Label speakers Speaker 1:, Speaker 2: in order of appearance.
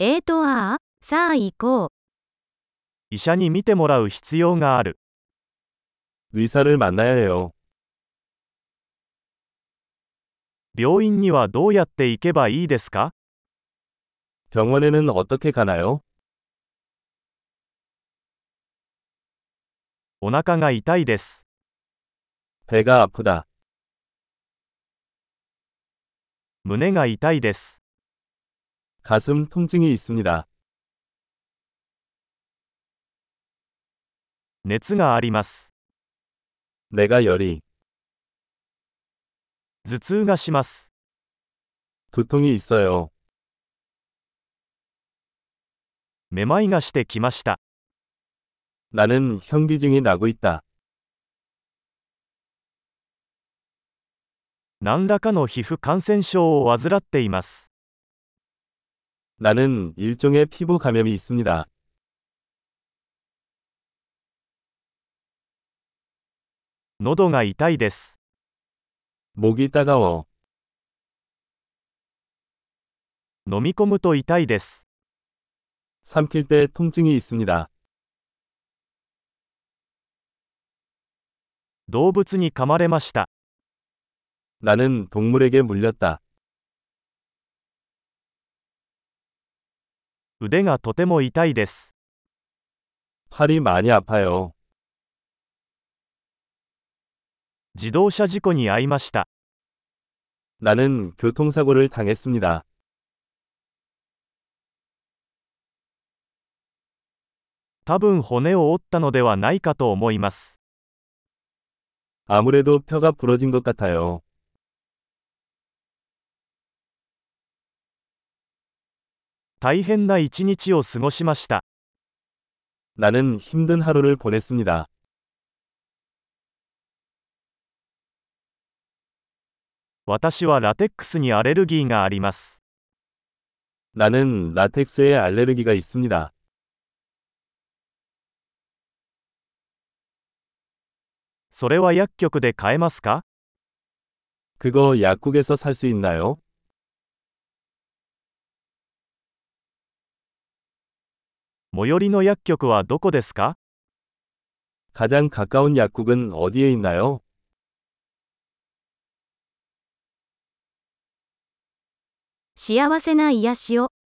Speaker 1: えーとああ、さあ行こう。
Speaker 2: 医者に診てもらう必要がある。
Speaker 3: 의사를 만나야 해요.
Speaker 2: 病院にはどうやって行けばいいですか
Speaker 3: 병원에는 어떻게 가나요?
Speaker 2: お腹が痛いです。
Speaker 3: 배가 아프다.
Speaker 2: 胸が痛いです。
Speaker 3: 가슴 통증이 있습니다.
Speaker 2: 熱があります。
Speaker 3: 내가 열이,
Speaker 2: 頭痛がします。
Speaker 3: 두통이 있어요.
Speaker 2: めまいがしてきました。
Speaker 3: 나는 현기증이 나고 있다.
Speaker 2: 何らかの皮膚感染症を患っています。
Speaker 3: 나는 일종의 피부 감염이 있습니다.
Speaker 2: 喉が痛いです。
Speaker 3: 목이 따가워.
Speaker 2: 飲み込むと痛いです。
Speaker 3: 삼킬 때 통증이 있습니다.
Speaker 2: 動物に噛まれました。
Speaker 3: 나는 동물에게 물렸다.
Speaker 2: 腕がとても痛いです。
Speaker 3: 팔이 많이 아파요.
Speaker 2: 自動車事故に遭いました。
Speaker 3: 나는 교통사고를 당했습니다.
Speaker 2: 多分骨を折ったのではないかと思います。
Speaker 3: 아무래도 뼈가 부러진 것 같아요.
Speaker 2: 大変な一日を過ごしました。
Speaker 3: 나는 힘든 하루를 보냈습니다.
Speaker 2: 私はラテックスにアレルギーがあります。
Speaker 3: 나는 라텍스에 알레르기가 있습니다.
Speaker 2: それは薬局で買えますか
Speaker 3: 그거 약국에서 살 수 있나요?
Speaker 2: 最寄りの薬局はどこですか
Speaker 3: 가장 가까운 약국은 어디에 있나요?
Speaker 1: 幸せな癒しを。